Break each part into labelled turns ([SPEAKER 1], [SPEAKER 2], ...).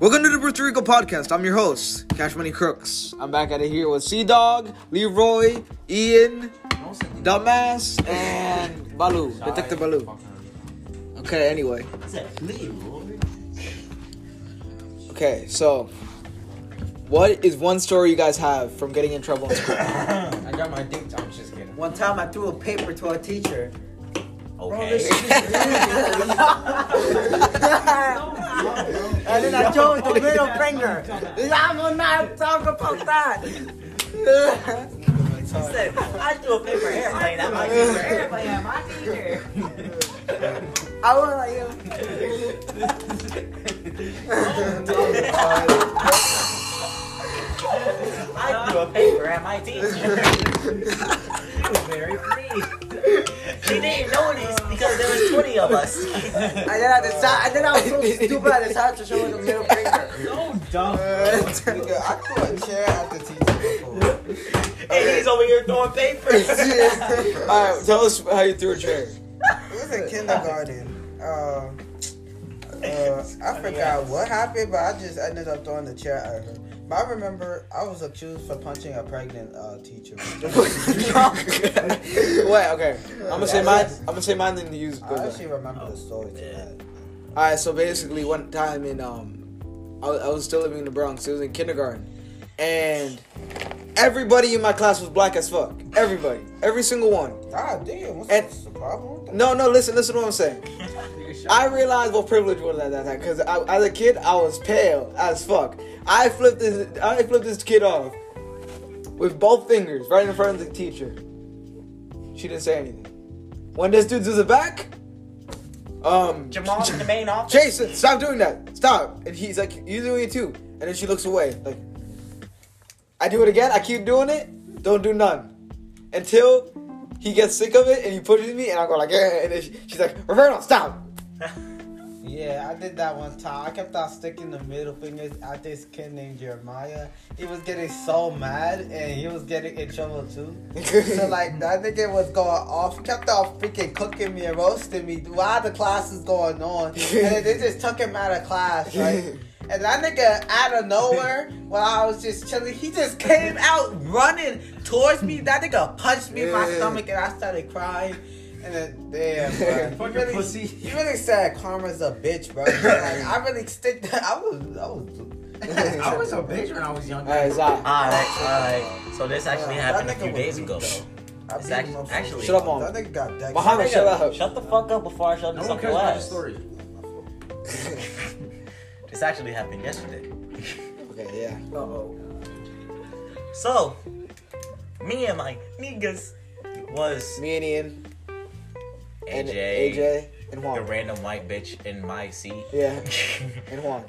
[SPEAKER 1] Welcome to the Puerto Rico podcast. I'm your host, Cash Money Crooks. I'm back at it here with Sea Dog, Leroy, Ian, Dumbass, and Balu, Detective Balu. Okay, anyway. Okay, so what is one story you guys have from getting in trouble in school?
[SPEAKER 2] I got my dick. I'm just kidding.
[SPEAKER 3] One time I threw a paper to a teacher.
[SPEAKER 2] Okay.
[SPEAKER 3] And then I chose the middle finger. I will not talk about that. He said, I threw a paper at everybody. That's my paper. Everybody at my teacher. I was like, yo. I threw a paper at my teacher.
[SPEAKER 4] Very free.
[SPEAKER 3] She didn't notice
[SPEAKER 4] Because there was 20 of us.
[SPEAKER 3] And then I decided, and then I was so stupid. I decided to show her the middle finger.
[SPEAKER 4] So dumb.
[SPEAKER 2] Nigga, I threw a chair at the teacher before.
[SPEAKER 4] And he's over here throwing papers.
[SPEAKER 1] All right, tell us how you threw a chair.
[SPEAKER 2] It was in kindergarten. Uh, uh, I forgot what happened, but I just ended up throwing the chair at her. But I remember I was accused for punching a pregnant uh, teacher.
[SPEAKER 1] Wait, okay. I'm gonna say mine. I'm gonna say mine, then you use.
[SPEAKER 2] I actually remember the story to that.
[SPEAKER 1] All right, so basically, one time in um, I, I was still living in the Bronx. It was in kindergarten, and everybody in my class was black as fuck. Everybody, every single one.
[SPEAKER 2] God damn, what's
[SPEAKER 1] And-
[SPEAKER 2] what's the problem with that?
[SPEAKER 1] No, no, listen, listen to what I'm saying. I realized what privilege was at that time because as a kid I was pale as fuck. I flipped this, I flipped this kid off with both fingers right in front of the teacher. She didn't say anything. When this dude does it back, um,
[SPEAKER 4] Jamal's in the main office.
[SPEAKER 1] Jason, stop doing that. Stop. And he's like, you're doing it too. And then she looks away. Like, I do it again. I keep doing it. Don't do none. Until he gets sick of it and he pushes me and I go like, yeah. And then she- she's like, Roberto, stop.
[SPEAKER 2] Yeah, I did that one time. I kept on sticking the middle fingers at this kid named Jeremiah. He was getting so mad and he was getting in trouble too. so like that nigga was going off, He kept on freaking cooking me and roasting me while the class is going on. And then they just took him out of class, right? And that nigga out of nowhere, while I was just chilling, he just came out running towards me. That nigga punched me in my
[SPEAKER 1] Yeah.
[SPEAKER 2] stomach and I started crying. And then, damn, bro. You
[SPEAKER 4] Fucking
[SPEAKER 2] really-
[SPEAKER 4] pussy.
[SPEAKER 2] you really said karma's a bitch, bro. Like, I really stick. That, I was, I was.
[SPEAKER 5] I was a bitch when I was younger.
[SPEAKER 1] Alright, Zai.
[SPEAKER 4] Alright, alright. So this actually
[SPEAKER 2] Yeah,
[SPEAKER 4] happened a
[SPEAKER 2] that nigga
[SPEAKER 4] few
[SPEAKER 2] was
[SPEAKER 4] days
[SPEAKER 2] weak,
[SPEAKER 4] ago.
[SPEAKER 2] though. I
[SPEAKER 4] It's
[SPEAKER 2] beat
[SPEAKER 4] act-
[SPEAKER 2] him up.
[SPEAKER 4] actually-
[SPEAKER 1] Shut up, Mom.
[SPEAKER 2] That nigga got decked.
[SPEAKER 1] Muhammad, shut up.
[SPEAKER 4] Shut the fuck up before I shove
[SPEAKER 5] No
[SPEAKER 4] this
[SPEAKER 5] one
[SPEAKER 4] up
[SPEAKER 5] cares
[SPEAKER 4] your
[SPEAKER 5] about the
[SPEAKER 4] ass.
[SPEAKER 5] story.
[SPEAKER 4] This actually happened yesterday.
[SPEAKER 1] Okay, yeah.
[SPEAKER 4] So, me and my niggas was
[SPEAKER 1] Me and Ian and
[SPEAKER 4] AJ,
[SPEAKER 1] AJ and
[SPEAKER 4] the
[SPEAKER 1] Juan.
[SPEAKER 4] random white bitch in my seat.
[SPEAKER 1] Yeah, and Juan.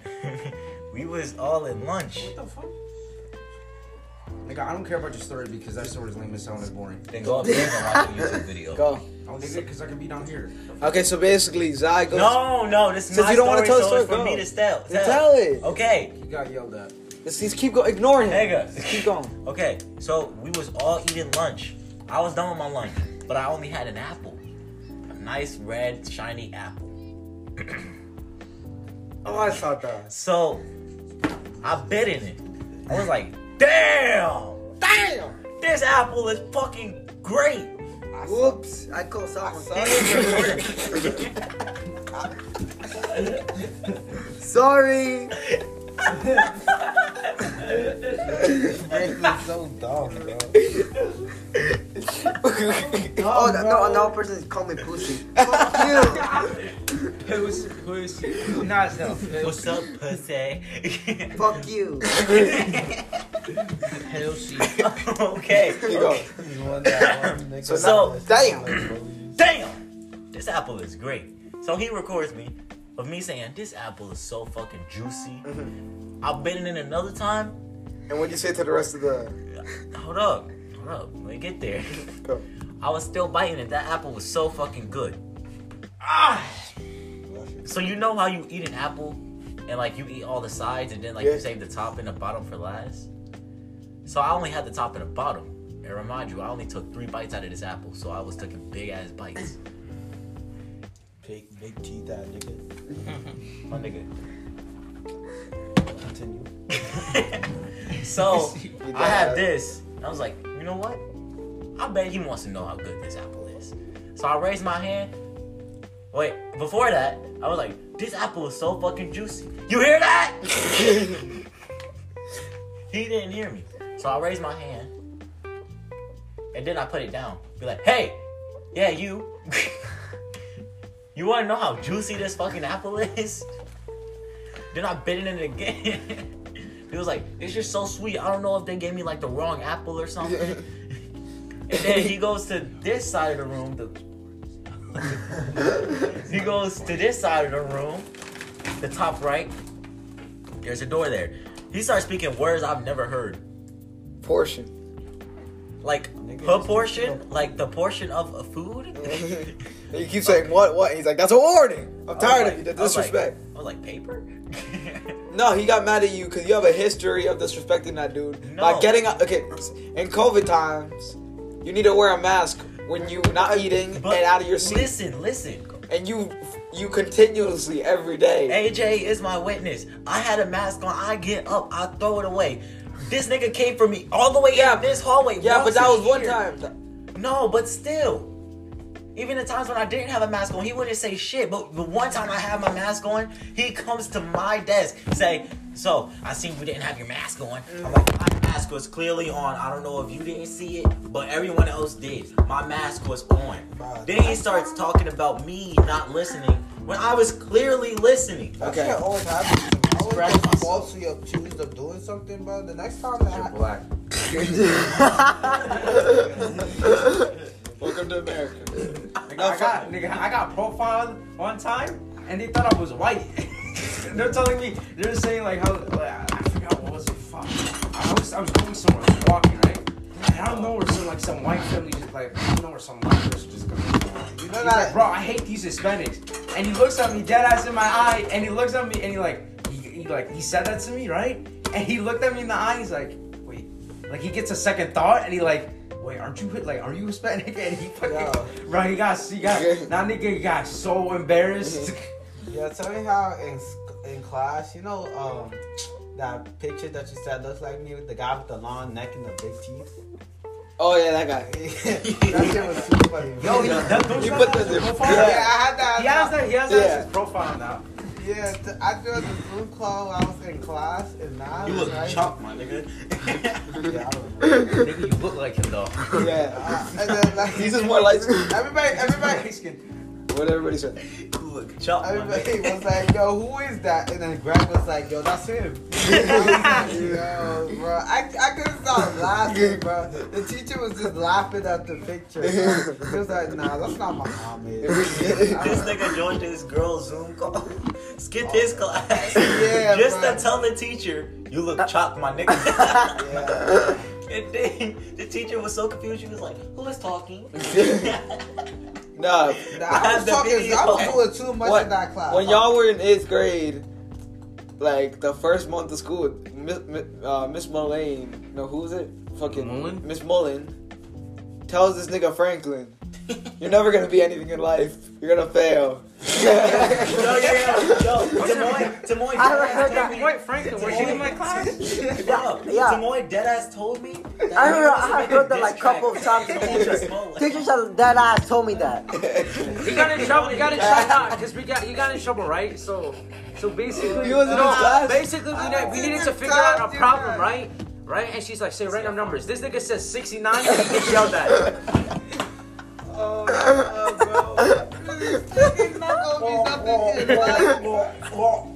[SPEAKER 4] we was all in lunch.
[SPEAKER 5] What the fuck? Nigga, I don't care about your story because that story's lame as hell and it's boring.
[SPEAKER 4] Then go up there and watch a YouTube video.
[SPEAKER 1] Go.
[SPEAKER 5] Oh, nigga, because I can be down here.
[SPEAKER 1] Okay, so basically, Zai goes.
[SPEAKER 4] No, no, this is
[SPEAKER 1] Since
[SPEAKER 4] my
[SPEAKER 1] you don't wanna
[SPEAKER 4] story,
[SPEAKER 1] tell
[SPEAKER 4] so
[SPEAKER 1] the
[SPEAKER 4] it's
[SPEAKER 1] story,
[SPEAKER 4] for me
[SPEAKER 1] go.
[SPEAKER 4] to tell.
[SPEAKER 1] Then tell it.
[SPEAKER 4] Okay,
[SPEAKER 5] He got yelled at.
[SPEAKER 1] Let's just keep going. Ignore him.
[SPEAKER 4] Nigga.
[SPEAKER 1] Just keep going.
[SPEAKER 4] okay. So we was all eating lunch. I was done with my lunch, but I only had an apple, a nice red shiny apple.
[SPEAKER 2] Oh, I saw that.
[SPEAKER 4] So I bit in it. I was like, damn,
[SPEAKER 1] Damn!
[SPEAKER 4] this apple is fucking great.
[SPEAKER 3] Whoops! I caught someone.
[SPEAKER 1] Sorry.
[SPEAKER 2] Franklin's so dumb, bro.
[SPEAKER 3] Oh, no, no, another person is calling me pussy.
[SPEAKER 5] Who's, who's, not himself.
[SPEAKER 4] What's up, pussy?
[SPEAKER 3] Fuck you.
[SPEAKER 4] okay.
[SPEAKER 1] Keep going.
[SPEAKER 2] You want that one, nigga?
[SPEAKER 1] So,
[SPEAKER 4] So-
[SPEAKER 2] damn.
[SPEAKER 4] damn, this apple is great. So he records me of me saying, this apple is so fucking juicy.
[SPEAKER 1] Mm-hmm.
[SPEAKER 4] I've been in it another time.
[SPEAKER 1] And what do you say to the rest of the?
[SPEAKER 4] Hold up, hold up, let me get there.
[SPEAKER 1] Go.
[SPEAKER 4] I was still biting it. That apple was so fucking good. Ah! So you know how you eat an apple and like you eat all the sides and then like
[SPEAKER 1] Yeah.
[SPEAKER 4] you save the top and the bottom for last? So I only had the top and the bottom. And remind you, I only took three bites out of this apple, so I was taking big ass bites.
[SPEAKER 2] Big, big teeth, that nigga.
[SPEAKER 4] My nigga.
[SPEAKER 2] continue. uh,
[SPEAKER 4] so
[SPEAKER 1] You
[SPEAKER 4] I have
[SPEAKER 1] done.
[SPEAKER 4] this. I was like, you know what? I bet he wants to know how good this apple is. So I raised my hand. Wait, before that, I was like, this apple is so fucking juicy. You hear that? he didn't hear me. So I raised my hand. And then I put it down. Be like, hey, yeah, you. you wanna know how juicy this fucking apple is? Then I bit it in again. He was like, "It's just so sweet. I don't know if they gave me like the wrong apple or something." and then he goes to this side of the room. The, he goes to this side of the room, the top right. There's a door there. He starts speaking words I've never heard,
[SPEAKER 1] Portion.
[SPEAKER 4] like proportion, like the portion of a food.
[SPEAKER 1] You keep saying what what? He's like, that's a warning. I'm tired of you. The
[SPEAKER 4] I was like-
[SPEAKER 1] disrespect.
[SPEAKER 4] I was like, paper.
[SPEAKER 1] No, he got mad at you because you have a history of disrespecting that dude by
[SPEAKER 4] No.
[SPEAKER 1] getting a- okay. In COVID times, you need to wear a mask when you not eating
[SPEAKER 4] But
[SPEAKER 1] and out of your seat,
[SPEAKER 4] Listen, listen.
[SPEAKER 1] and you you continuously every day.
[SPEAKER 4] AJ is my witness. I had a mask on. I get up. I throw it away. This nigga came for me all the way
[SPEAKER 1] Yeah.
[SPEAKER 4] in this hallway.
[SPEAKER 1] yeah, but
[SPEAKER 4] walks
[SPEAKER 1] that
[SPEAKER 4] in
[SPEAKER 1] was one
[SPEAKER 4] here.
[SPEAKER 1] time.
[SPEAKER 4] No, but still. Even the times when I didn't have a mask on, he wouldn't say shit. But the one time I had my mask on, he comes to my desk, say, "So I seen you didn't have your mask on." I'm like, "My mask was clearly on. I don't know if you didn't see it, but everyone else did. My mask was on." Then he starts talking about me not listening when I was clearly listening.
[SPEAKER 1] Okay.
[SPEAKER 2] That shit always happens. to me. I always
[SPEAKER 4] Scratch
[SPEAKER 2] get
[SPEAKER 4] myself.
[SPEAKER 2] falsely accused of doing something, bro. The next time that
[SPEAKER 5] You're
[SPEAKER 2] I,
[SPEAKER 5] black.
[SPEAKER 1] Welcome to America.
[SPEAKER 5] Nigga, I got, nigga, I got profiled one time, and they thought I was white. they're telling me, they're saying like how, like, I I forgot what was it. Fuck. I was, I was going somewhere, I was walking right, and I don't know where some like some white family just like, I don't know where some white person just comes.
[SPEAKER 2] you
[SPEAKER 5] He's
[SPEAKER 2] know
[SPEAKER 5] like,
[SPEAKER 2] that
[SPEAKER 5] bro, I hate these Hispanics. And he looks at me dead ass in my eye, and he looks at me, and he like, he, he like, he said that to me, right? And he looked at me in the eye, he's like, wait, like he gets a second thought, and he like, wait, aren't you like, are you Hispanic? And he fucking,
[SPEAKER 2] Yo.
[SPEAKER 5] bro, he got, he got, that nigga got so embarrassed.
[SPEAKER 1] Mm-hmm.
[SPEAKER 2] Yeah, tell me how in sc- in class, you know, um, that picture that you said looks like me with the guy with the long neck and the big teeth.
[SPEAKER 1] Oh yeah, that guy.
[SPEAKER 2] that shit was too funny.
[SPEAKER 5] Yo, Oh, he,
[SPEAKER 2] yeah,
[SPEAKER 5] that, don't
[SPEAKER 1] You
[SPEAKER 5] you
[SPEAKER 1] put
[SPEAKER 5] put that
[SPEAKER 1] the-
[SPEAKER 5] the
[SPEAKER 2] I
[SPEAKER 5] profile?
[SPEAKER 2] had that.
[SPEAKER 5] He has that, he has that as his
[SPEAKER 1] Yeah.
[SPEAKER 5] profile now.
[SPEAKER 2] Yeah, th- I did the Zoom call while I was in class and now
[SPEAKER 4] You look
[SPEAKER 2] right?
[SPEAKER 4] chump, my nigga.
[SPEAKER 2] Yeah, I don't know.
[SPEAKER 5] nigga, you look like him though.
[SPEAKER 1] yeah.
[SPEAKER 2] Uh, and then, like,
[SPEAKER 1] He's just more light skinned.
[SPEAKER 2] Everybody, everybody,
[SPEAKER 1] What everybody said.
[SPEAKER 4] you look chump, my
[SPEAKER 2] everybody
[SPEAKER 4] nigga.
[SPEAKER 2] was like, "Yo, who is that?" And then Greg was like, "Yo, that's him." I was like, Yo, bro, I, I couldn't stop laughing, bro. The teacher was just laughing at the picture. Bro. He was like, "Nah, that's not my homie."
[SPEAKER 4] This nigga joined this girl Zoom call. Skip his class.
[SPEAKER 2] Yeah,
[SPEAKER 4] Just
[SPEAKER 2] bro.
[SPEAKER 4] to tell the teacher, you
[SPEAKER 3] Uh,
[SPEAKER 4] look chopped, my nigga.
[SPEAKER 2] Yeah.
[SPEAKER 4] and then the teacher was so confused, she was like, who is talking?
[SPEAKER 1] Nah.
[SPEAKER 2] Nah, I was
[SPEAKER 4] The
[SPEAKER 2] talking. I
[SPEAKER 4] video.
[SPEAKER 2] was doing too much
[SPEAKER 1] What-
[SPEAKER 2] in that class.
[SPEAKER 1] When y'all were in eighth grade, like the first month of school, Miss Mi- uh, Miss Mullane, no, who was it? Fucking
[SPEAKER 5] Mullen?
[SPEAKER 1] Miss Mullen tells this nigga Franklin, "You're never gonna be anything in life. You're gonna fail."
[SPEAKER 4] yo, yo, yo, yo. Tamoy, Tamoy,
[SPEAKER 3] I
[SPEAKER 4] deadass
[SPEAKER 3] heard
[SPEAKER 4] told
[SPEAKER 3] that.
[SPEAKER 4] me.
[SPEAKER 5] Wait, Franklin, were you in my class?
[SPEAKER 4] Yo,
[SPEAKER 3] Yeah.
[SPEAKER 4] Tamoy deadass told me. that
[SPEAKER 3] I remember
[SPEAKER 4] niggas
[SPEAKER 3] I had
[SPEAKER 4] making
[SPEAKER 3] heard that like
[SPEAKER 4] diss
[SPEAKER 3] couple of
[SPEAKER 4] tracks.
[SPEAKER 3] times.
[SPEAKER 4] Tamoy
[SPEAKER 3] Teachers,
[SPEAKER 4] was smiling.
[SPEAKER 3] teachers have dead ass told me that.
[SPEAKER 5] He got in trouble. He got in trouble nah, because we got he got in trouble, right? So, so basically,
[SPEAKER 1] He was in his class?
[SPEAKER 5] basically we, ne- we needed to figure out a problem, right? Right? And she's like, say random numbers. This nigga says 69, and he gets yelled at.
[SPEAKER 2] Oh, no, bro. This nigga's not gonna be something in life, bro.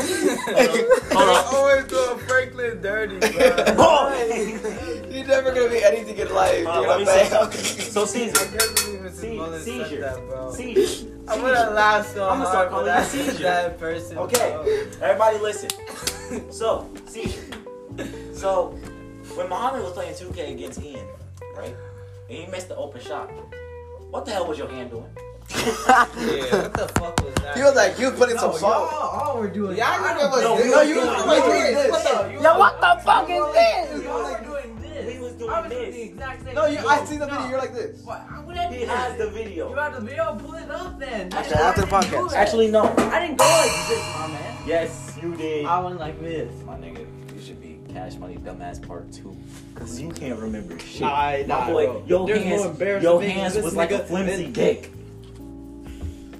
[SPEAKER 4] Hold on.
[SPEAKER 2] always doing Franklin dirty, bro.
[SPEAKER 1] You're never gonna be anything in life.
[SPEAKER 4] Uh,
[SPEAKER 1] You're
[SPEAKER 4] let me
[SPEAKER 1] gonna
[SPEAKER 4] see.
[SPEAKER 1] fail.
[SPEAKER 4] So Caesar,
[SPEAKER 2] I can't believe his
[SPEAKER 4] See-
[SPEAKER 2] mother said
[SPEAKER 4] seizure.
[SPEAKER 2] that, bro.
[SPEAKER 4] Caesar,
[SPEAKER 2] I'm gonna laugh so
[SPEAKER 4] I'ma
[SPEAKER 2] hard,
[SPEAKER 4] start calling
[SPEAKER 2] but
[SPEAKER 4] you
[SPEAKER 2] that's
[SPEAKER 4] seizure.
[SPEAKER 2] that person.
[SPEAKER 4] Okay, everybody listen. So, Caesar. So, when Muhammad was playing 2K against Ian, right? And he missed the open shot. What the hell was your hand doing?
[SPEAKER 2] bro. Yeah, what the fuck was that?
[SPEAKER 1] He was like, he was putting some
[SPEAKER 5] No,
[SPEAKER 1] salt.
[SPEAKER 5] all we're doing.
[SPEAKER 2] Y'all remember
[SPEAKER 4] No,
[SPEAKER 2] this?
[SPEAKER 4] we
[SPEAKER 1] No,
[SPEAKER 4] were
[SPEAKER 1] you
[SPEAKER 4] doing-
[SPEAKER 1] was
[SPEAKER 4] we
[SPEAKER 1] doing
[SPEAKER 4] were
[SPEAKER 1] this.
[SPEAKER 2] What the?
[SPEAKER 3] Yo, what the fuck is this?
[SPEAKER 5] Y'all are doing this.
[SPEAKER 3] this.
[SPEAKER 4] We was doing
[SPEAKER 3] I was doing
[SPEAKER 4] this.
[SPEAKER 3] the exact same
[SPEAKER 1] No, you,
[SPEAKER 3] thing.
[SPEAKER 1] I see the video.
[SPEAKER 3] No.
[SPEAKER 1] You're like this.
[SPEAKER 3] What? I wouldn't
[SPEAKER 4] He
[SPEAKER 3] do
[SPEAKER 4] has
[SPEAKER 3] this.
[SPEAKER 4] the video.
[SPEAKER 3] You have the video? Pull it up then.
[SPEAKER 1] Actually,
[SPEAKER 3] That's
[SPEAKER 1] after the
[SPEAKER 3] why I didn't do
[SPEAKER 1] podcast.
[SPEAKER 3] it.
[SPEAKER 4] Actually, no.
[SPEAKER 3] I didn't go like this, my man.
[SPEAKER 4] Yes, you did.
[SPEAKER 3] I went like this.
[SPEAKER 4] My nigga, you should be Cash Money Dumbass Part 2. Cause you can't remember shit.
[SPEAKER 5] Nah, nah,
[SPEAKER 4] My boy,
[SPEAKER 5] bro.
[SPEAKER 4] your
[SPEAKER 5] There's more
[SPEAKER 4] hands,
[SPEAKER 5] embarrassing
[SPEAKER 4] your
[SPEAKER 5] things
[SPEAKER 4] hands
[SPEAKER 5] than
[SPEAKER 4] was
[SPEAKER 5] this
[SPEAKER 4] like a
[SPEAKER 5] nigga
[SPEAKER 4] flimsy
[SPEAKER 5] than-
[SPEAKER 4] dick.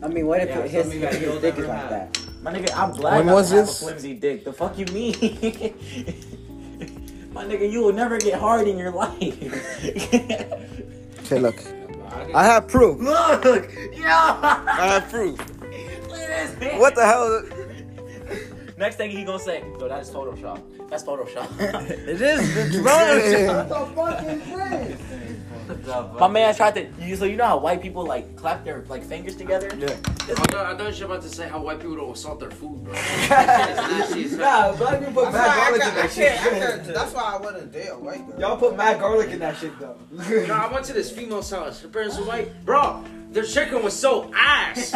[SPEAKER 6] I mean, what if
[SPEAKER 5] Yeah,
[SPEAKER 6] it- his,
[SPEAKER 5] something that
[SPEAKER 6] his
[SPEAKER 5] you'll
[SPEAKER 6] dick is
[SPEAKER 5] never
[SPEAKER 6] like
[SPEAKER 5] have.
[SPEAKER 6] that?
[SPEAKER 4] My nigga, I'm glad
[SPEAKER 1] When
[SPEAKER 4] not
[SPEAKER 1] was
[SPEAKER 4] to have
[SPEAKER 1] this?
[SPEAKER 4] a flimsy dick. The fuck you mean? My nigga, you will never get hard in your life.
[SPEAKER 1] Okay, look. I have proof.
[SPEAKER 4] Look, yeah.
[SPEAKER 1] I have proof.
[SPEAKER 4] Look at this man.
[SPEAKER 1] What the hell?
[SPEAKER 4] Next thing he gonna say, yo, that is Photoshop. That's Photoshop.
[SPEAKER 1] It is wrong.
[SPEAKER 2] the fuck is this?
[SPEAKER 4] My man tried to. You, so you know how white people like clap their like fingers together?
[SPEAKER 1] Yeah.
[SPEAKER 5] I thought, I thought you were about to say how white people don't salt their food, bro.
[SPEAKER 1] Nah, black people put
[SPEAKER 2] That's why
[SPEAKER 1] mad
[SPEAKER 2] I
[SPEAKER 1] garlic
[SPEAKER 2] got- I can't-
[SPEAKER 1] in that
[SPEAKER 2] I
[SPEAKER 1] shit.
[SPEAKER 2] can't- That's why I wouldn't date a white girl.
[SPEAKER 1] Y'all put mad garlic in that shit though.
[SPEAKER 5] No, I went to this female salad. Her parents were white. Bro, their chicken was so ass.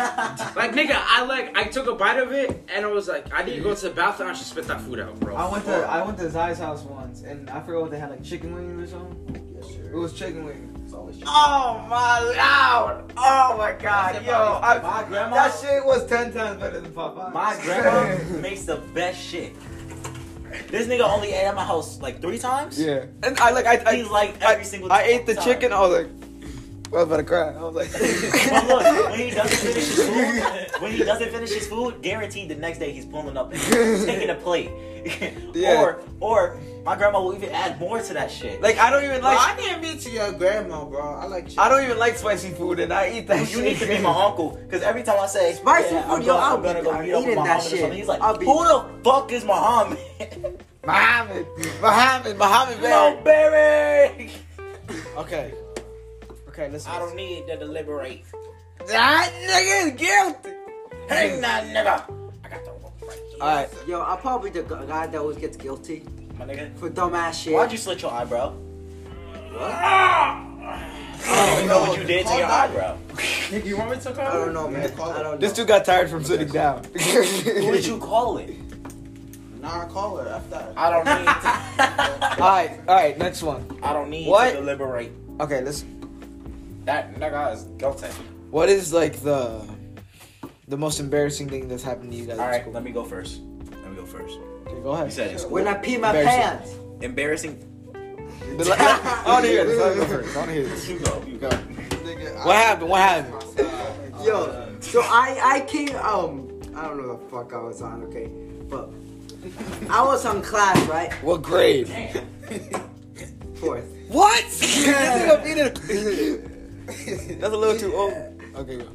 [SPEAKER 5] like, nigga, I like, I took a bite of it and I was like, I need to go to the bathroom. I should spit that food out, bro.
[SPEAKER 1] I went to I went to Zai's house once, and I forgot what they had like chicken wings or something. It was chicken wings.
[SPEAKER 3] Oh my loud! Oh my god, yo! I,
[SPEAKER 1] my
[SPEAKER 4] grandma-
[SPEAKER 1] That shit was ten times better than Popeye.
[SPEAKER 4] My grandma makes the best shit. This nigga only ate at my house like three times.
[SPEAKER 1] yeah, and I like I
[SPEAKER 4] He's like every single.
[SPEAKER 1] I ate the
[SPEAKER 4] time.
[SPEAKER 1] chicken. I was like, I was about to cry. I was like,
[SPEAKER 4] But look, when he doesn't finish his food, when he doesn't finish his food, guaranteed the next day he's pulling up, and taking a plate.
[SPEAKER 1] Yeah.
[SPEAKER 4] Or, or my grandma will even add more to that shit.
[SPEAKER 1] like I don't even
[SPEAKER 2] Bro,
[SPEAKER 1] like
[SPEAKER 2] I can't be to your grandma, bro. I like
[SPEAKER 1] I don't even like spicy food, and I eat that.
[SPEAKER 4] You
[SPEAKER 1] shit.
[SPEAKER 4] need to be my uncle, because every time I say
[SPEAKER 6] Spicy
[SPEAKER 4] yeah,
[SPEAKER 6] food,
[SPEAKER 4] I'm
[SPEAKER 6] yo,
[SPEAKER 4] gonna,
[SPEAKER 6] I'll
[SPEAKER 4] I'm gonna
[SPEAKER 6] be-
[SPEAKER 4] go
[SPEAKER 6] I'm
[SPEAKER 4] meet up with
[SPEAKER 6] eating
[SPEAKER 4] my
[SPEAKER 6] that
[SPEAKER 4] homie or
[SPEAKER 6] shit.
[SPEAKER 4] something, He's like,
[SPEAKER 6] I'll be-
[SPEAKER 4] who the fuck is Muhammad?
[SPEAKER 1] Muhammad, Muhammad, Muhammad,
[SPEAKER 4] Yo,
[SPEAKER 1] man.
[SPEAKER 4] Barry.
[SPEAKER 1] Okay, okay, listen.
[SPEAKER 4] I don't need to deliberate.
[SPEAKER 1] That nigga is guilty.
[SPEAKER 4] Hang that nigga. I got the rope right here.
[SPEAKER 1] All right.
[SPEAKER 6] Yo, I'm probably the gu- guy that always gets guilty
[SPEAKER 4] My nigga,
[SPEAKER 6] for dumbass shit.
[SPEAKER 4] why'd you slit your eyebrow? I
[SPEAKER 2] Oh,
[SPEAKER 4] don't even know what you did to your eyebrow.
[SPEAKER 5] Nigga, you want me to
[SPEAKER 6] I
[SPEAKER 5] come?
[SPEAKER 6] don't know, man. I don't know.
[SPEAKER 1] This dude got tired from sitting down.
[SPEAKER 4] What did you call it?
[SPEAKER 2] Nah, call her after that.
[SPEAKER 4] I don't need.
[SPEAKER 1] all right, all right, next one.
[SPEAKER 4] To, I don't need
[SPEAKER 1] What?
[SPEAKER 4] to deliberate.
[SPEAKER 1] Okay, listen.
[SPEAKER 4] That nigga is guilty.
[SPEAKER 1] What is like the the most embarrassing thing that's happened to you guys?
[SPEAKER 4] All
[SPEAKER 1] at
[SPEAKER 4] right,
[SPEAKER 1] school?
[SPEAKER 4] let me go first. Let me go first.
[SPEAKER 1] Okay, go
[SPEAKER 4] You
[SPEAKER 1] ahead.
[SPEAKER 4] said it's
[SPEAKER 6] When I pee my pants.
[SPEAKER 1] Embarrassing.
[SPEAKER 4] embarrassing.
[SPEAKER 1] The la- I want to hear this. I want to go first. I want to hear this.
[SPEAKER 4] You go. You go.
[SPEAKER 1] What happened? What happened?
[SPEAKER 2] Uh,
[SPEAKER 6] Yo, so I I came um I don't know the fuck I was on, okay, but I was on class right
[SPEAKER 1] What grade?
[SPEAKER 6] fourth.
[SPEAKER 1] What? This nigga beat it. That's a little too old. Okay, go.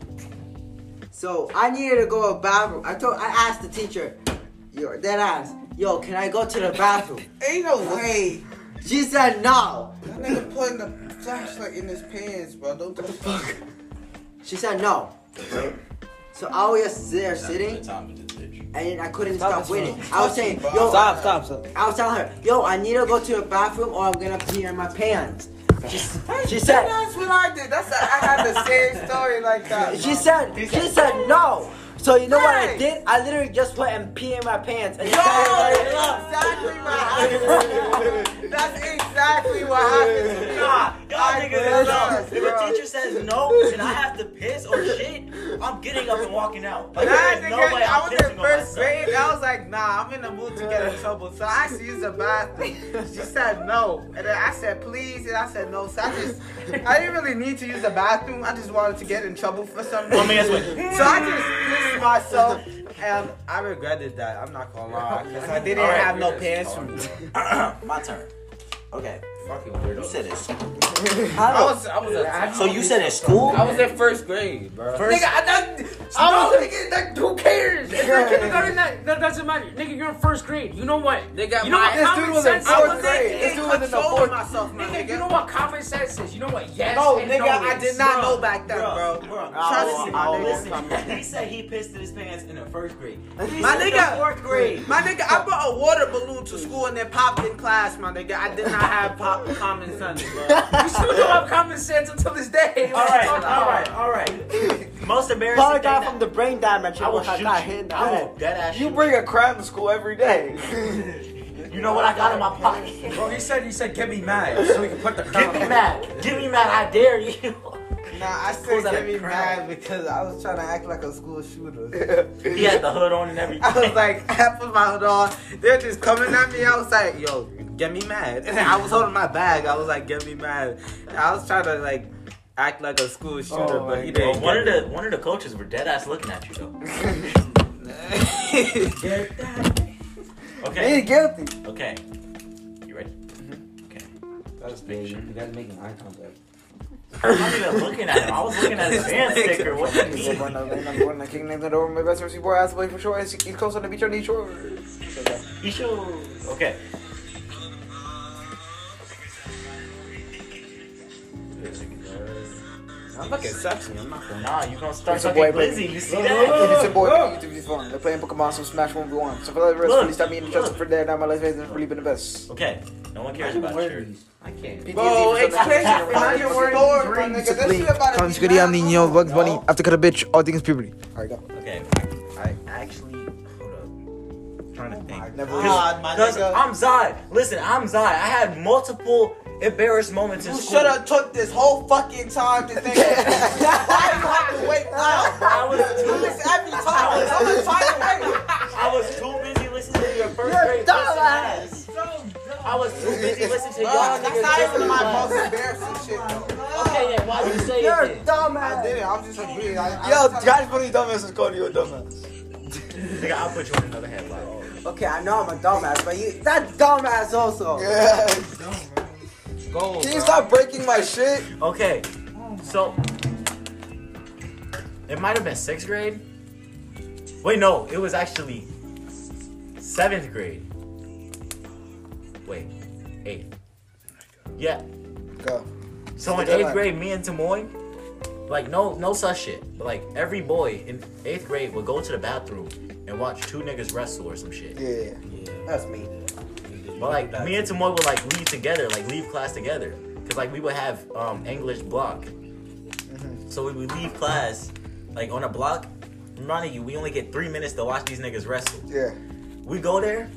[SPEAKER 6] So I needed to go to the bathroom. I told I asked the teacher, yo, then I asked, yo, can I go to the bathroom?
[SPEAKER 2] Ain't no way.
[SPEAKER 6] She said no.
[SPEAKER 2] That nigga putting the flashlight in his pants, bro. Don't do fuck.
[SPEAKER 6] She said no. Right? So I was just there sitting,
[SPEAKER 4] time with this bitch.
[SPEAKER 6] and I couldn't
[SPEAKER 1] Stop
[SPEAKER 6] stop
[SPEAKER 1] this
[SPEAKER 6] winning. I was saying, yo,
[SPEAKER 1] Stop, stop, stop.
[SPEAKER 6] I was telling her, yo, I need to go to the bathroom or I'm gonna pee in my pants. She, she said.
[SPEAKER 2] That's what I did. That's I had the same story like that.
[SPEAKER 6] She said, she said no. So you know what I
[SPEAKER 2] Hey!
[SPEAKER 6] did? I literally just put and pee in my pants. And
[SPEAKER 2] Yo, that's exactly what happened. That's exactly what happened to me.
[SPEAKER 4] Nah, y'all
[SPEAKER 2] I
[SPEAKER 4] niggas
[SPEAKER 2] realized,
[SPEAKER 4] is dumb. If
[SPEAKER 2] bro.
[SPEAKER 4] a teacher says no and I have to piss or shit, I'm getting up and walking out. Like,
[SPEAKER 2] Nah,
[SPEAKER 4] there's
[SPEAKER 2] nigga,
[SPEAKER 4] no way I'm
[SPEAKER 2] I was
[SPEAKER 4] pissing
[SPEAKER 2] in
[SPEAKER 4] on
[SPEAKER 2] first
[SPEAKER 4] myself.
[SPEAKER 2] grade. I was like, nah, I'm in the mood to get in trouble. So I asked to use the bathroom. She said no. And then I said, please. And I said no. So I just, I didn't really need to use the bathroom. I just wanted to get in trouble for something.
[SPEAKER 4] Let me ask you.
[SPEAKER 2] So I just pissed myself. And I regretted that. I'm not gonna lie. Because I didn't
[SPEAKER 4] Alright,
[SPEAKER 2] have no
[SPEAKER 4] we're
[SPEAKER 2] pants
[SPEAKER 4] just-
[SPEAKER 2] for me.
[SPEAKER 4] My turn. Okay,
[SPEAKER 5] Fucking
[SPEAKER 4] you
[SPEAKER 5] weirdo.
[SPEAKER 4] said it's.
[SPEAKER 2] I was, I was a
[SPEAKER 4] So you said in school?
[SPEAKER 5] I was in first grade, bro.
[SPEAKER 4] First-
[SPEAKER 5] nigga, I, that, I was thinking, like, who cares? It's not kindergarten, that, that doesn't matter. Nigga, you're in first grade. You know what? Nigga,
[SPEAKER 2] You
[SPEAKER 5] you
[SPEAKER 2] know
[SPEAKER 5] know
[SPEAKER 2] my- what
[SPEAKER 5] what
[SPEAKER 2] this
[SPEAKER 5] common
[SPEAKER 2] common dude was in sense
[SPEAKER 5] sense
[SPEAKER 2] fourth is?
[SPEAKER 5] is?
[SPEAKER 2] This grade. nigga This dude was in the controlling fourth-
[SPEAKER 5] myself,
[SPEAKER 2] my nigga.
[SPEAKER 5] nigga, you know what common sense is. You know what yes
[SPEAKER 2] No,
[SPEAKER 5] and
[SPEAKER 2] nigga,
[SPEAKER 5] no
[SPEAKER 2] I
[SPEAKER 5] is.
[SPEAKER 2] did not
[SPEAKER 5] Bruh.
[SPEAKER 2] know back then, bro. Trust me, my
[SPEAKER 4] I'll- I'll
[SPEAKER 2] nigga.
[SPEAKER 4] listen. He said he pissed in his pants in the first grade. He
[SPEAKER 2] My
[SPEAKER 4] said in
[SPEAKER 2] nigga.
[SPEAKER 4] the fourth grade.
[SPEAKER 2] My nigga, I brought a water balloon to school and then popped in class, my nigga. I did not have pop common sense, bro.
[SPEAKER 5] You still don't have common sense until this day.
[SPEAKER 4] All right, all right, all right. Most embarrassing.
[SPEAKER 6] Probably
[SPEAKER 4] thing
[SPEAKER 6] got
[SPEAKER 4] that-
[SPEAKER 6] from the brain damage.
[SPEAKER 4] I will
[SPEAKER 6] was
[SPEAKER 4] shoot
[SPEAKER 6] not hit in
[SPEAKER 4] you.
[SPEAKER 6] the
[SPEAKER 4] I will
[SPEAKER 6] head.
[SPEAKER 4] dead ass
[SPEAKER 1] You
[SPEAKER 4] shoot
[SPEAKER 1] bring a crime to school every day.
[SPEAKER 4] you. You know what I got in my pocket?
[SPEAKER 5] Bro, he said he said get me mad so we can put the
[SPEAKER 4] Give me mad. Give me mad. I dare you.
[SPEAKER 2] Nah, I
[SPEAKER 4] Pulls
[SPEAKER 2] said
[SPEAKER 4] out
[SPEAKER 2] get
[SPEAKER 4] a
[SPEAKER 2] me
[SPEAKER 4] crowd.
[SPEAKER 2] mad because I was trying to act like a school shooter.
[SPEAKER 4] He had the hood on and everything.
[SPEAKER 2] I was like, I put my hood on. They're just coming at me. I was like, yo, get me mad. And I was holding my bag. I was like, get me mad. I was trying to like act like a school shooter,
[SPEAKER 1] Oh
[SPEAKER 2] but
[SPEAKER 1] my
[SPEAKER 2] he
[SPEAKER 4] Bro,
[SPEAKER 2] didn't.
[SPEAKER 4] one of the one of the coaches were dead ass looking at you though.
[SPEAKER 2] the.
[SPEAKER 1] He's
[SPEAKER 4] Okay.
[SPEAKER 1] guilty.
[SPEAKER 4] Okay. You ready?
[SPEAKER 1] Mm-hmm.
[SPEAKER 4] Okay.
[SPEAKER 5] That's
[SPEAKER 4] picture.
[SPEAKER 5] You guys making eye contact.
[SPEAKER 4] I'm not even looking at him. I was looking at his band sticker. What do you
[SPEAKER 1] He's like,
[SPEAKER 4] mean?
[SPEAKER 1] when I land, I'm going to kick name that over my best mercy boy. I wait for sure. He's he's close on the beach on the shore.
[SPEAKER 4] You should. Okay.
[SPEAKER 2] I'm fucking sexy. I'm not gonna.
[SPEAKER 4] Nah, you gonna start
[SPEAKER 1] It's a boy,
[SPEAKER 4] fucking Blizzy. You see
[SPEAKER 1] If
[SPEAKER 4] that?
[SPEAKER 1] it's a boy, YouTube is fun. They're playing Pokemon, so Smash 1v1. So for that rest,
[SPEAKER 4] Look,
[SPEAKER 1] please stop me in the chest
[SPEAKER 4] look.
[SPEAKER 1] for there. Now my life has really been the best.
[SPEAKER 4] Okay. No one cares about you.
[SPEAKER 2] I can't.
[SPEAKER 1] Bro, Nino, Bugs Bunny, after cut a bitch, all things puberty. Alright, go.
[SPEAKER 4] Okay. I actually. Hold up. I'm trying to think.
[SPEAKER 1] Never
[SPEAKER 2] God, Oh my
[SPEAKER 4] Cause
[SPEAKER 2] nigga.
[SPEAKER 4] I'm Zod. Listen, I'm Zod. I had multiple embarrassed moments in
[SPEAKER 2] You
[SPEAKER 4] school.
[SPEAKER 2] should have took this whole fucking time to think. Why you have to wait now? bro?
[SPEAKER 4] I was
[SPEAKER 2] Do
[SPEAKER 4] too,
[SPEAKER 2] this every time. I'm trying to wait.
[SPEAKER 4] I was too busy listening to your 1st grade.
[SPEAKER 2] dumbass.
[SPEAKER 4] listen ass. I was too busy listening to
[SPEAKER 2] Bro,
[SPEAKER 4] y'all
[SPEAKER 2] that's not even my
[SPEAKER 4] niggas.
[SPEAKER 2] most embarrassing shit, though.
[SPEAKER 4] Okay, then why'd you say
[SPEAKER 1] You're
[SPEAKER 4] it? Then?
[SPEAKER 2] I did it. I'm just agreeing. I, I
[SPEAKER 1] Yo,
[SPEAKER 2] was telling-
[SPEAKER 1] Josh Bunny Dumbass is calling you a dumbass.
[SPEAKER 4] Nigga, I'll put you in another headlock.
[SPEAKER 6] Okay, I know I'm a dumbass, but you that dumbass also.
[SPEAKER 1] Yeah.
[SPEAKER 2] Go,
[SPEAKER 1] Can you stop breaking my shit?
[SPEAKER 4] Okay, so it might have been sixth grade. Wait, no, it was actually seventh grade. Wait, eighth. Yeah.
[SPEAKER 1] Go.
[SPEAKER 4] So in
[SPEAKER 1] Still
[SPEAKER 4] eighth
[SPEAKER 1] alive.
[SPEAKER 4] grade, me and Tamoy, like no no such shit. But like every boy in eighth grade would go to the bathroom and watch two niggas wrestle or some shit.
[SPEAKER 1] Yeah.
[SPEAKER 6] That's me.
[SPEAKER 4] But like me and Tamoy would like leave together, like leave class together, cause like we would have um English block. So we would leave class like on a block. Reminding you, we only get three minutes to watch these niggas wrestle.
[SPEAKER 1] Yeah.
[SPEAKER 4] We go there.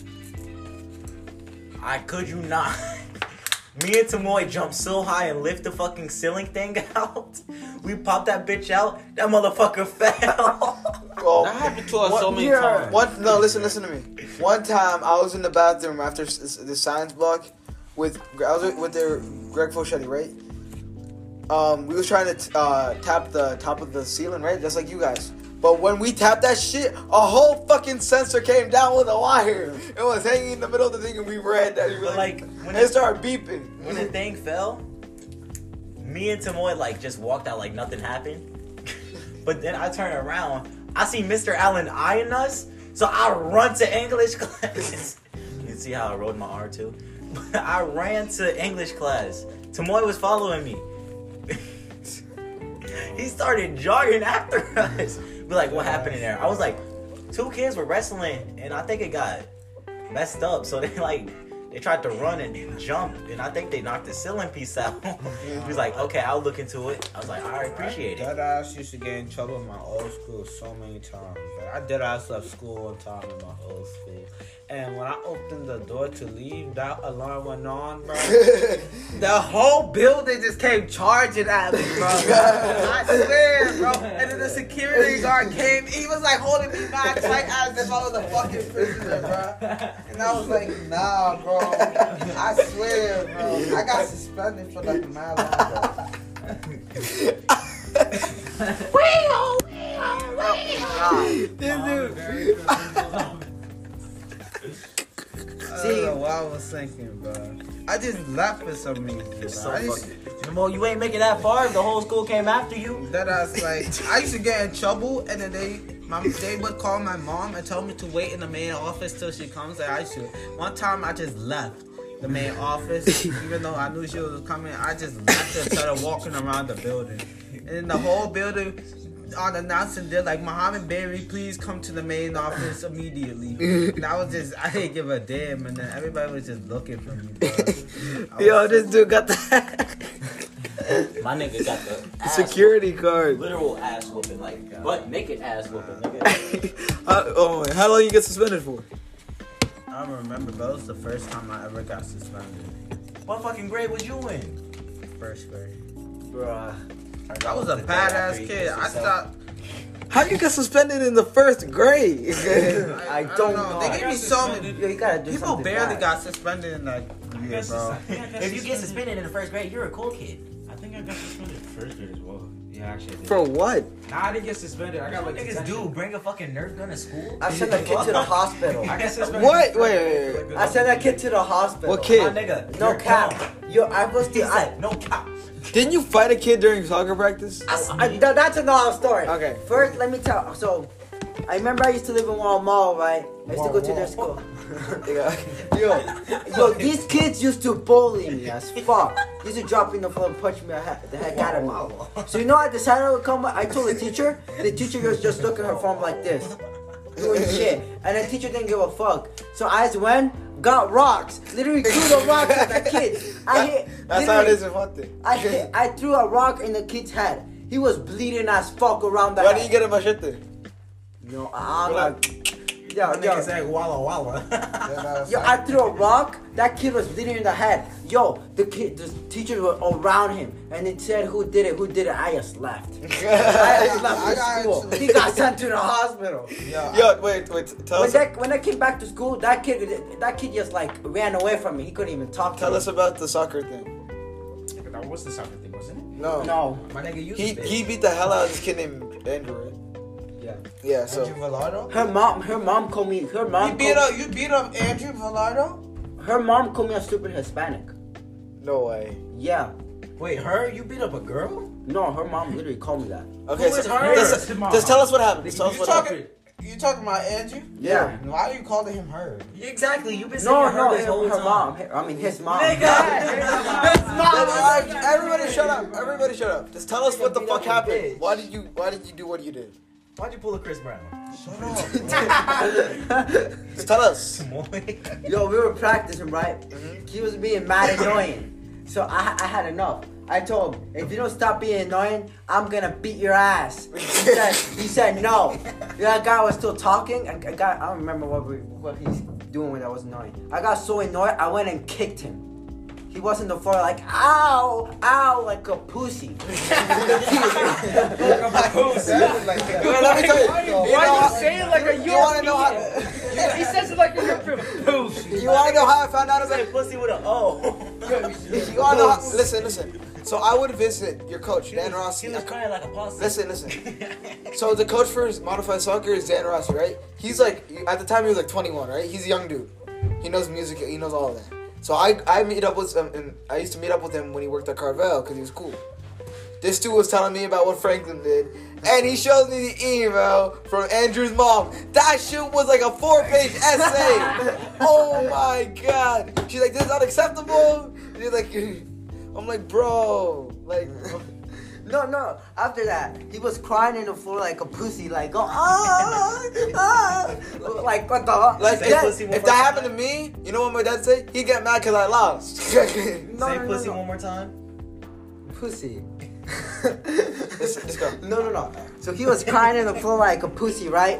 [SPEAKER 4] I could you not. Me and Tamoy jumped so high and lift the fucking ceiling thing out. We popped that bitch out. That motherfucker fell.
[SPEAKER 2] That
[SPEAKER 1] Oh.
[SPEAKER 2] happened to us so many
[SPEAKER 6] year?
[SPEAKER 2] times.
[SPEAKER 1] One, no, listen, listen to me. One time I was in the bathroom after s- s- the science block with I was with their Greg Foschetti, right? Um, we was trying to uh, tap the top of the ceiling, right? Just like you guys. But when we tapped that shit, a whole fucking sensor came down with a wire. It was hanging in the middle of the thing, and we read that. We were
[SPEAKER 4] But,
[SPEAKER 1] like,
[SPEAKER 4] like, when
[SPEAKER 1] and it
[SPEAKER 4] it-
[SPEAKER 1] started beeping.
[SPEAKER 4] when the thing fell, me and Tamoy like just walked out like nothing happened. but then I turn around, I see Mr. Allen eyeing us, so I run to English class. you can see how I rolled my R too. But I ran to English class. Tamoy was following me. he started jogging after us. Be like, what happened in there? I was like, two kids were wrestling, and I think it got messed up. So they like they tried to run and jump, and I think they knocked the ceiling piece out. he was like, "Okay, I'll look into it." I was like, "I appreciate it."
[SPEAKER 2] Dead ass used to get in trouble in my old school so many times. Like, I dead ass left school one time in my old school. And when I opened the door to leave, that alarm went on, bro. the whole building just came charging at me, bro. I swear, bro. And then the security guard came. He was like holding me back tight as if I was a fucking prisoner, bro. And I was like, nah, bro. I swear, bro. I got suspended for like a mile bro. I don't know what I was thinking, bro. I just left for some reason.
[SPEAKER 4] So
[SPEAKER 2] bro. I just,
[SPEAKER 4] fucking- Jamal, you ain't making that far if the whole school came after you.
[SPEAKER 2] that I was like, I used to get in trouble, and then they, my, they would call my mom and tell me to wait in the main office till she comes. Like I should. One time, I just left the main office, even though I knew she was coming. I just left and started walking around the building, and then the whole building. On announcing, they're like, Muhammad Berry, please come to the main office immediately. And I was just, I didn't give a damn, and then everybody was just looking for me. Bro. I was
[SPEAKER 1] this dude got the
[SPEAKER 4] My nigga got the ass,
[SPEAKER 1] security card.
[SPEAKER 4] literal ass whooping, like butt naked ass whooping. Nigga.
[SPEAKER 1] Uh, How- oh, my- how long you get suspended for?
[SPEAKER 2] I don't remember, but it was the first time I ever got suspended.
[SPEAKER 4] What fucking grade was you in?
[SPEAKER 2] First grade.
[SPEAKER 4] Bruh.
[SPEAKER 2] I was a bad ass kid. I thought.
[SPEAKER 1] How you get suspended in the first grade?
[SPEAKER 6] I don't know.
[SPEAKER 2] They
[SPEAKER 6] I
[SPEAKER 2] gave me
[SPEAKER 5] got
[SPEAKER 2] so
[SPEAKER 5] suspended.
[SPEAKER 2] many.
[SPEAKER 6] You gotta do
[SPEAKER 2] People
[SPEAKER 6] something
[SPEAKER 2] barely
[SPEAKER 6] bad.
[SPEAKER 2] got suspended in that year, bro.
[SPEAKER 4] If you get suspended in the first grade, you're a cool kid.
[SPEAKER 5] I think I got suspended first grade as well. Yeah, actually. I did.
[SPEAKER 1] For what?
[SPEAKER 5] Nah, I didn't get suspended. I
[SPEAKER 4] That's
[SPEAKER 5] got
[SPEAKER 4] what
[SPEAKER 5] like
[SPEAKER 4] niggas
[SPEAKER 5] detention.
[SPEAKER 4] do. Bring a fucking Nerf gun to school.
[SPEAKER 6] I sent that kid to the hospital.
[SPEAKER 5] I got suspended.
[SPEAKER 1] What? Wait, wait, wait.
[SPEAKER 6] I sent that kid to the hospital.
[SPEAKER 1] What kid?
[SPEAKER 4] My nigga.
[SPEAKER 6] No
[SPEAKER 4] you're dumb.
[SPEAKER 6] cap. Yo, I was
[SPEAKER 4] He
[SPEAKER 6] the. I,
[SPEAKER 4] said, no cap.
[SPEAKER 1] Didn't you fight a kid during soccer practice?
[SPEAKER 6] I, th- that's a long story.
[SPEAKER 1] Okay.
[SPEAKER 6] First, let me tell. So, I remember I used to live in Wall Mall, right? I used to go to their school. Yo, yo, these kids used to bully me as fuck. They used to drop me on the floor and punch me the he- the heck out of me. So you know, I decided to come. I told the teacher. The teacher was just looking at her phone like this, doing shit, and the teacher didn't give a fuck. So I just went, got rocks, literally threw the rocks at that kid. I hit.
[SPEAKER 1] That's how it
[SPEAKER 6] literally-
[SPEAKER 1] is in Fonte.
[SPEAKER 6] I hit, I threw a rock in the kid's head. He was bleeding as fuck around the
[SPEAKER 1] Why do you
[SPEAKER 6] head.
[SPEAKER 1] get a machete?
[SPEAKER 6] no, I'm
[SPEAKER 1] Why?
[SPEAKER 6] not. Yo, yo,
[SPEAKER 2] like walla walla.
[SPEAKER 6] yo, I threw a rock. That kid was bleeding in the head. Yo, the kid, the teachers were around him, and it said, "Who did it? Who did it?" I just left. I just left
[SPEAKER 2] I
[SPEAKER 6] the
[SPEAKER 2] got
[SPEAKER 6] school.
[SPEAKER 2] you.
[SPEAKER 6] He got sent to the hospital.
[SPEAKER 1] Yo, wait, wait. Tell
[SPEAKER 6] When
[SPEAKER 1] us,
[SPEAKER 6] that when I came back to school, that kid that kid just like ran away from me. He couldn't even talk to
[SPEAKER 1] tell
[SPEAKER 6] me.
[SPEAKER 1] us about the soccer thing.
[SPEAKER 5] That was the soccer thing, wasn't it?
[SPEAKER 1] No.
[SPEAKER 6] No,
[SPEAKER 2] My nigga, you
[SPEAKER 1] He he beat the hell out of this kid named Andrew. right?
[SPEAKER 2] Yeah.
[SPEAKER 1] Yeah. So
[SPEAKER 2] Velardo?
[SPEAKER 6] her mom her mom called me. Her mom
[SPEAKER 2] You beat
[SPEAKER 6] called,
[SPEAKER 2] up, you beat up Andrew Velardo?
[SPEAKER 6] her mom called me a stupid Hispanic.
[SPEAKER 1] no way.
[SPEAKER 6] Yeah.
[SPEAKER 2] Wait, her? You beat up a girl?
[SPEAKER 6] No, her mom literally called me that.
[SPEAKER 1] Okay.
[SPEAKER 2] Who
[SPEAKER 1] so
[SPEAKER 2] is her?
[SPEAKER 1] Just, just tell us what happened. Just tell us
[SPEAKER 2] You
[SPEAKER 1] what
[SPEAKER 2] talking? You talking about Andrew?
[SPEAKER 6] Yeah.
[SPEAKER 2] Why are you calling him her?
[SPEAKER 4] Exactly. You've been saying
[SPEAKER 6] No,
[SPEAKER 4] no,
[SPEAKER 6] no,
[SPEAKER 4] her
[SPEAKER 6] her,
[SPEAKER 4] this whole
[SPEAKER 6] her
[SPEAKER 4] time.
[SPEAKER 6] mom. Her- I mean, his mom.
[SPEAKER 1] happened. Everybody shut up. Everybody shut up. Just tell us what the
[SPEAKER 6] Beat
[SPEAKER 1] fuck
[SPEAKER 6] up a
[SPEAKER 1] happened.
[SPEAKER 6] bitch.
[SPEAKER 1] Why did you Why did you do what you did?
[SPEAKER 4] Why'd you pull a Chris Brown?
[SPEAKER 1] Just tell us.
[SPEAKER 6] Yo, we were practicing, right?
[SPEAKER 4] Mm-hmm.
[SPEAKER 6] He was being mad annoying. So I, I had enough. I told him, if you don't stop being annoying, I'm gonna beat your ass. He said, he said no. That guy was still talking. I, I got, I don't remember what we, what he's doing when I was annoying. I got so annoyed, I went and kicked him. He was on the floor like, ow, ow, like a pussy.
[SPEAKER 1] Wait, let me tell you.
[SPEAKER 5] Why
[SPEAKER 1] know
[SPEAKER 5] you
[SPEAKER 1] how-
[SPEAKER 5] say it like a
[SPEAKER 1] You want to know how?
[SPEAKER 5] He says it like a European.
[SPEAKER 1] You want to know how I found out
[SPEAKER 4] I
[SPEAKER 1] about
[SPEAKER 4] said pussy with an O.
[SPEAKER 1] You all know. How, listen, listen. So I would visit your coach, Dan
[SPEAKER 4] She
[SPEAKER 1] Rossi.
[SPEAKER 4] was crying like a possum.
[SPEAKER 1] Listen, listen. So the coach for his modified soccer is Dan Rossi, right? He's like at the time he was like 21, right? He's a young dude. He knows music. He knows all of that. So I I meet up with him, and I used to meet up with him when he worked at Carvel because he was cool. This dude was telling me about what Franklin did, and he shows me the email from Andrew's mom. That shit was like a four-page essay. oh my god! She's like, "This is unacceptable." She's like, "I'm like, bro, like."
[SPEAKER 6] No, Oh, no. After that, he was crying in the floor like a pussy, like oh, ah, ah. like what the
[SPEAKER 1] Like
[SPEAKER 4] Say
[SPEAKER 1] that-
[SPEAKER 4] pussy one
[SPEAKER 1] if
[SPEAKER 4] more
[SPEAKER 1] that
[SPEAKER 4] time.
[SPEAKER 1] happened to me, you know what my dad said? He get mad because I lost.
[SPEAKER 6] no,
[SPEAKER 4] Say
[SPEAKER 6] no,
[SPEAKER 4] pussy
[SPEAKER 6] no,
[SPEAKER 4] one more time.
[SPEAKER 6] no. pussy.
[SPEAKER 1] Let's- let's go.
[SPEAKER 6] No, no, no. So he was crying in the floor like a pussy, right?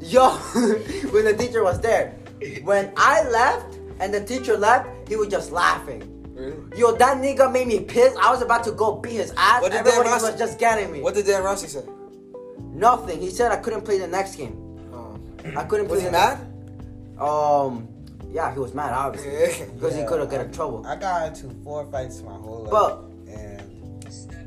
[SPEAKER 6] Yo, when the teacher was there, when I left and the teacher left, he was just laughing.
[SPEAKER 1] Really?
[SPEAKER 6] Yo, that nigga made me piss. I was about to go beat his ass.
[SPEAKER 1] What did Dan
[SPEAKER 6] Everybody
[SPEAKER 1] Ross-
[SPEAKER 6] was just getting me.
[SPEAKER 1] What did Dan Rossi say?
[SPEAKER 6] Nothing. He said I couldn't play the next game.
[SPEAKER 1] Oh.
[SPEAKER 6] I couldn't
[SPEAKER 1] Was
[SPEAKER 6] play
[SPEAKER 1] he
[SPEAKER 6] the
[SPEAKER 1] mad?
[SPEAKER 6] Um, yeah, he was mad, obviously. Because he
[SPEAKER 2] Yeah.
[SPEAKER 6] could have got in trouble.
[SPEAKER 2] I got into four fights my whole life.
[SPEAKER 6] But-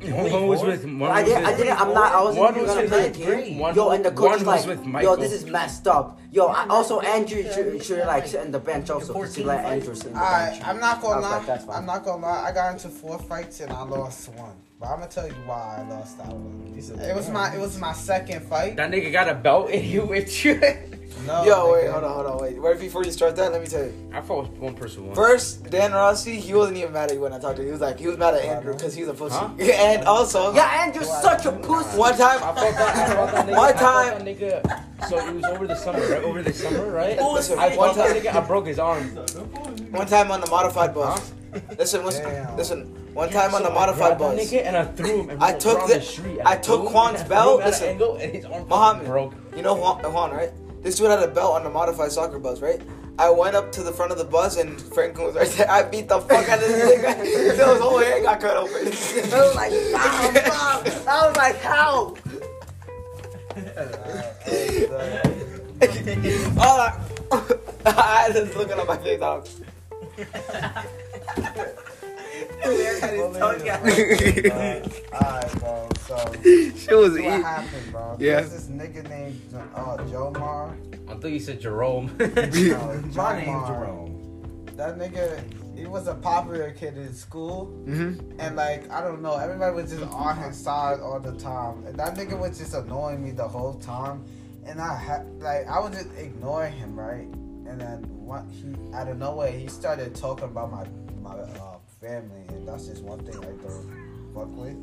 [SPEAKER 2] and
[SPEAKER 4] Only
[SPEAKER 7] One was
[SPEAKER 4] four?
[SPEAKER 7] with one
[SPEAKER 6] I
[SPEAKER 7] was
[SPEAKER 6] didn't, I
[SPEAKER 7] with-
[SPEAKER 6] didn't, I'm not, I wasn't
[SPEAKER 7] One
[SPEAKER 6] even
[SPEAKER 7] was
[SPEAKER 6] gonna
[SPEAKER 7] with
[SPEAKER 6] play
[SPEAKER 7] Nick
[SPEAKER 6] the
[SPEAKER 4] Green.
[SPEAKER 6] game.
[SPEAKER 7] One-
[SPEAKER 6] Yo, and the coach
[SPEAKER 7] one
[SPEAKER 6] is
[SPEAKER 7] was
[SPEAKER 6] like,
[SPEAKER 7] with
[SPEAKER 6] yo,
[SPEAKER 7] Michael.
[SPEAKER 6] this is messed up. Yo, I, also Andrew should, should like sit in the bench also. 'cause He
[SPEAKER 4] 14
[SPEAKER 6] let
[SPEAKER 4] fights.
[SPEAKER 6] Andrew sit in the
[SPEAKER 2] I,
[SPEAKER 6] bench.
[SPEAKER 2] I'm not
[SPEAKER 6] I
[SPEAKER 2] gonna
[SPEAKER 6] was
[SPEAKER 2] lie.
[SPEAKER 6] like, that's fine.
[SPEAKER 2] I'm not gonna lie. I got into four fights and I lost one. But I'm gonna tell you why I lost that one. It was my it was my second fight.
[SPEAKER 7] That nigga got a belt and you with you.
[SPEAKER 2] No,
[SPEAKER 1] Yo, wait,
[SPEAKER 2] nigga.
[SPEAKER 1] hold on, hold on, wait. Right before you start that, let me tell you.
[SPEAKER 7] I fought with one person once.
[SPEAKER 1] First, Dan Rossi, he wasn't even mad at you when I talked to him. He was like, he was mad at Andrew because he's a pussy.
[SPEAKER 7] Huh?
[SPEAKER 1] and also,
[SPEAKER 6] Yeah, Andrew's such a pussy.
[SPEAKER 1] one
[SPEAKER 7] I
[SPEAKER 1] time,
[SPEAKER 7] fought that, I fought that nigga.
[SPEAKER 1] One
[SPEAKER 7] I fought
[SPEAKER 1] time-
[SPEAKER 7] that nigga. So it was over the summer, right? Over the summer, right?
[SPEAKER 1] Listen,
[SPEAKER 7] I
[SPEAKER 1] one
[SPEAKER 7] fought that
[SPEAKER 1] time-
[SPEAKER 7] nigga. I broke his arm.
[SPEAKER 1] one time on the modified bus. Listen, listen,
[SPEAKER 2] Damn.
[SPEAKER 1] listen. One time on
[SPEAKER 7] So
[SPEAKER 1] the
[SPEAKER 7] I
[SPEAKER 1] modified
[SPEAKER 7] grabbed that
[SPEAKER 1] bus.
[SPEAKER 7] Nigga, and I threw him. And
[SPEAKER 1] I
[SPEAKER 7] we
[SPEAKER 1] took
[SPEAKER 7] were on
[SPEAKER 1] the-
[SPEAKER 7] the street.
[SPEAKER 1] I took Juan's belt, listen.
[SPEAKER 7] Angle, and his arm fucking
[SPEAKER 1] Mohammed,
[SPEAKER 7] broke.
[SPEAKER 1] uh, you know Juan, Juan, right? This dude had a belt on the modified soccer bus, right? I went up to the front of the bus and Franklin was right there. I beat the fuck out of this nigga until his whole head got cut open.
[SPEAKER 6] I was like, wow, wow. I was like, how?
[SPEAKER 1] All I, I had this looking on my face. I was-
[SPEAKER 2] Alright, bro. So,
[SPEAKER 1] Shit was
[SPEAKER 2] what
[SPEAKER 1] eat.
[SPEAKER 2] happened, bro?
[SPEAKER 1] Yeah.
[SPEAKER 2] There's this nigga named uh, Jomar.
[SPEAKER 7] I think you said Jerome.
[SPEAKER 2] No,
[SPEAKER 5] My name's
[SPEAKER 2] Jomar.
[SPEAKER 5] Jerome.
[SPEAKER 2] That nigga, he was a popular kid in school.
[SPEAKER 1] Mhm.
[SPEAKER 2] And, like, I don't know, everybody was just on his side all the time. And that nigga was just annoying me the whole time. And I had, like, I was just ignoring him, right? And then, one, he, out of nowhere, he started talking about my, my uh, family. And that's just one thing I don't fuck with.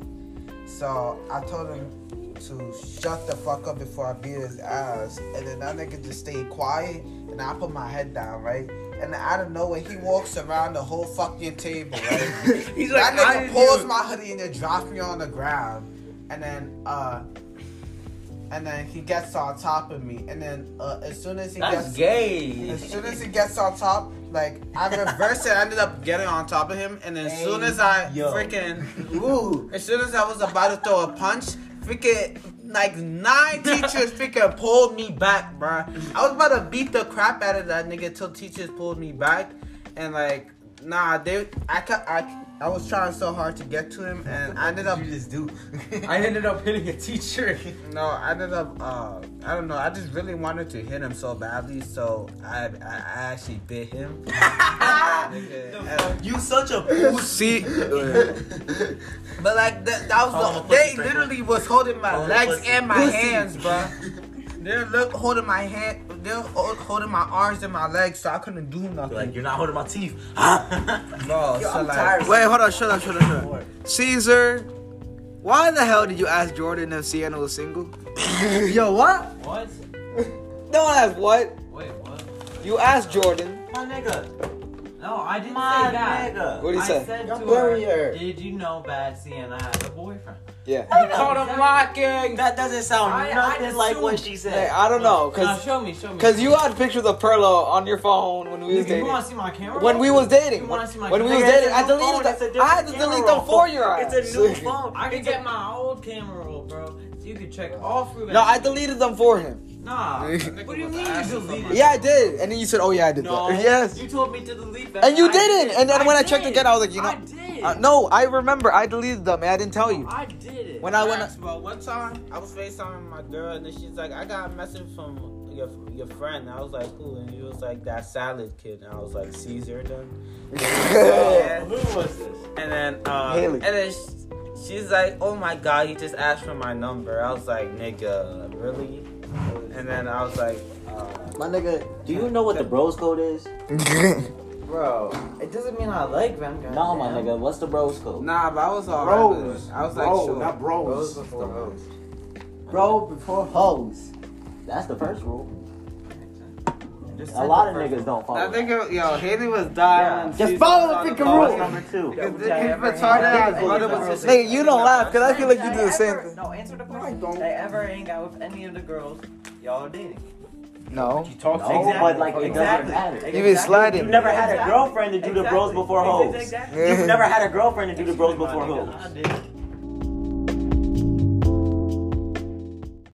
[SPEAKER 2] So I told him to shut the fuck up before I beat his ass. And then that nigga just stayed quiet. And I put my head down, right? And out of nowhere, he walks around the whole fucking table, right?
[SPEAKER 7] He's
[SPEAKER 2] that
[SPEAKER 7] I
[SPEAKER 2] nigga
[SPEAKER 7] didn't
[SPEAKER 2] pulls
[SPEAKER 7] even-
[SPEAKER 2] my hoodie and then drops me on the ground. And then, uh, and then he gets on top of me. And then, uh, as soon as he
[SPEAKER 7] That's
[SPEAKER 2] gets
[SPEAKER 7] gay.
[SPEAKER 2] as soon as he gets on top, like I reversed it, I ended up getting on top of him, and as soon as I freaking, ooh, as soon as I was about to throw a punch, freaking like nine teachers freaking pulled me back, bruh. I was about to beat the crap out of that nigga till teachers pulled me back, and like nah, they, I ca- I. I was trying so hard to get to him, and I ended up. just do.
[SPEAKER 5] I ended up hitting a teacher.
[SPEAKER 2] No, I ended up. Uh, I don't know. I just really wanted to hit him so badly, so I I, I actually bit him. And-
[SPEAKER 4] You such a pussy.
[SPEAKER 1] See,
[SPEAKER 2] but like that, that was
[SPEAKER 4] Call him a
[SPEAKER 2] the,
[SPEAKER 4] pussy,
[SPEAKER 2] they
[SPEAKER 4] Franklin.
[SPEAKER 2] literally was holding my
[SPEAKER 4] Call him a
[SPEAKER 2] legs
[SPEAKER 4] pussy.
[SPEAKER 2] and my hands, bro. They're look holding my hand. They're ho- holding my arms and my legs, so I couldn't do nothing.
[SPEAKER 4] Like you're not holding my teeth.
[SPEAKER 2] bro,
[SPEAKER 6] Yo,
[SPEAKER 2] so
[SPEAKER 6] I'm
[SPEAKER 2] like,
[SPEAKER 6] tired.
[SPEAKER 1] wait, hold on, shut up, shut up, shut up. Caesar, why the hell did you ask Jordan if Sienna was single?
[SPEAKER 6] Yo, what?
[SPEAKER 5] What?
[SPEAKER 1] Don't ask what.
[SPEAKER 5] Wait, what?
[SPEAKER 1] You asked Jordan.
[SPEAKER 5] My nigga. No, I didn't
[SPEAKER 3] My
[SPEAKER 5] say that.
[SPEAKER 1] What do you
[SPEAKER 5] I
[SPEAKER 1] say?
[SPEAKER 5] said
[SPEAKER 6] Yo,
[SPEAKER 5] to
[SPEAKER 6] blurry
[SPEAKER 5] her,
[SPEAKER 6] hair.
[SPEAKER 5] did you know Bad Sienna had a boyfriend?
[SPEAKER 1] Yeah.
[SPEAKER 5] You called him locking.
[SPEAKER 3] That doesn't sound
[SPEAKER 5] I- I
[SPEAKER 3] nothing like what
[SPEAKER 5] assumed-
[SPEAKER 3] she
[SPEAKER 1] Hey,
[SPEAKER 3] said.
[SPEAKER 1] I don't know,
[SPEAKER 5] Nah,
[SPEAKER 1] cause
[SPEAKER 5] show me, show me.
[SPEAKER 1] cause you had pictures of Perlo on your phone when we was
[SPEAKER 5] Nigga, you
[SPEAKER 1] dating.
[SPEAKER 5] want to see my camera?
[SPEAKER 1] When we was dating,
[SPEAKER 5] You
[SPEAKER 1] when
[SPEAKER 5] wanna see my
[SPEAKER 1] when we was
[SPEAKER 5] camera?
[SPEAKER 3] Nigga, it's
[SPEAKER 1] dating,
[SPEAKER 3] a
[SPEAKER 1] I
[SPEAKER 3] new phone,
[SPEAKER 1] deleted
[SPEAKER 3] it's a
[SPEAKER 1] them.
[SPEAKER 3] different
[SPEAKER 1] I had to delete
[SPEAKER 3] camera.
[SPEAKER 1] them for your ass.
[SPEAKER 3] It's a new phone.
[SPEAKER 5] I can
[SPEAKER 3] It's a-
[SPEAKER 5] get my old camera roll, bro. So you can check all through that.
[SPEAKER 1] No, I deleted them for him.
[SPEAKER 5] Nah. what do you mean you deleted?
[SPEAKER 1] Yeah, I did. And then you said, "Oh yeah, I did
[SPEAKER 5] No.
[SPEAKER 1] that." Yes.
[SPEAKER 5] You told me to delete that.
[SPEAKER 1] And you
[SPEAKER 5] I
[SPEAKER 1] didn't. And then when I checked
[SPEAKER 5] did.
[SPEAKER 1] again, I was like, you know-
[SPEAKER 5] I did.
[SPEAKER 1] Uh, no, I remember. I deleted them. and I didn't tell you.
[SPEAKER 5] I did it.
[SPEAKER 1] When I went,
[SPEAKER 2] Facts, bro. One time I was FaceTiming my girl and then she's like, I got a message from your your friend. I was like, who? And he was like, that salad kid. And I was like, Caesar then.
[SPEAKER 5] Oh, who was this?
[SPEAKER 2] And then uh
[SPEAKER 1] Haley.
[SPEAKER 2] and then sh- she's like, oh my god, he just asked for my number. I was like, nigga, really? And then I was like, uh,
[SPEAKER 6] My nigga,
[SPEAKER 3] Do you know what the bros code is?
[SPEAKER 2] bro, it doesn't mean I like them. Guys.
[SPEAKER 3] No, my nigga. What's the bros code?
[SPEAKER 2] Nah, but I was all right with
[SPEAKER 6] Bros.
[SPEAKER 2] it. I was like,
[SPEAKER 6] Bro,
[SPEAKER 2] sure.
[SPEAKER 6] not bros.
[SPEAKER 2] was the bros.
[SPEAKER 6] bro before hoes.
[SPEAKER 3] That's the first rule.
[SPEAKER 2] Just
[SPEAKER 3] A lot of niggas don't follow.
[SPEAKER 2] That
[SPEAKER 3] that.
[SPEAKER 2] nigga, yo, Haley was dying.
[SPEAKER 6] Just follow the freaking
[SPEAKER 3] That's
[SPEAKER 6] rule.
[SPEAKER 3] number two.
[SPEAKER 2] His his
[SPEAKER 3] Hey,
[SPEAKER 2] retarded ass
[SPEAKER 3] hey,
[SPEAKER 2] brother
[SPEAKER 3] hey,
[SPEAKER 2] was just.
[SPEAKER 1] Nigga, you don't laugh because I feel like you do the same
[SPEAKER 3] ever-
[SPEAKER 1] thing.
[SPEAKER 3] No, answer the question. Did I ever hang out with any of the girls y'all are dating?
[SPEAKER 1] No.
[SPEAKER 5] You talked
[SPEAKER 3] No,
[SPEAKER 5] exactly.
[SPEAKER 3] Oh, but like it doesn't
[SPEAKER 5] Exactly.
[SPEAKER 3] matter.
[SPEAKER 1] You been sliding.
[SPEAKER 3] You've never had a
[SPEAKER 5] Exactly.
[SPEAKER 3] girlfriend to do the bros
[SPEAKER 5] Exactly.
[SPEAKER 3] before hoes.
[SPEAKER 5] Exactly.
[SPEAKER 3] You've never had a girlfriend to do the bros before
[SPEAKER 5] My nigga,
[SPEAKER 3] hoes.
[SPEAKER 5] I did.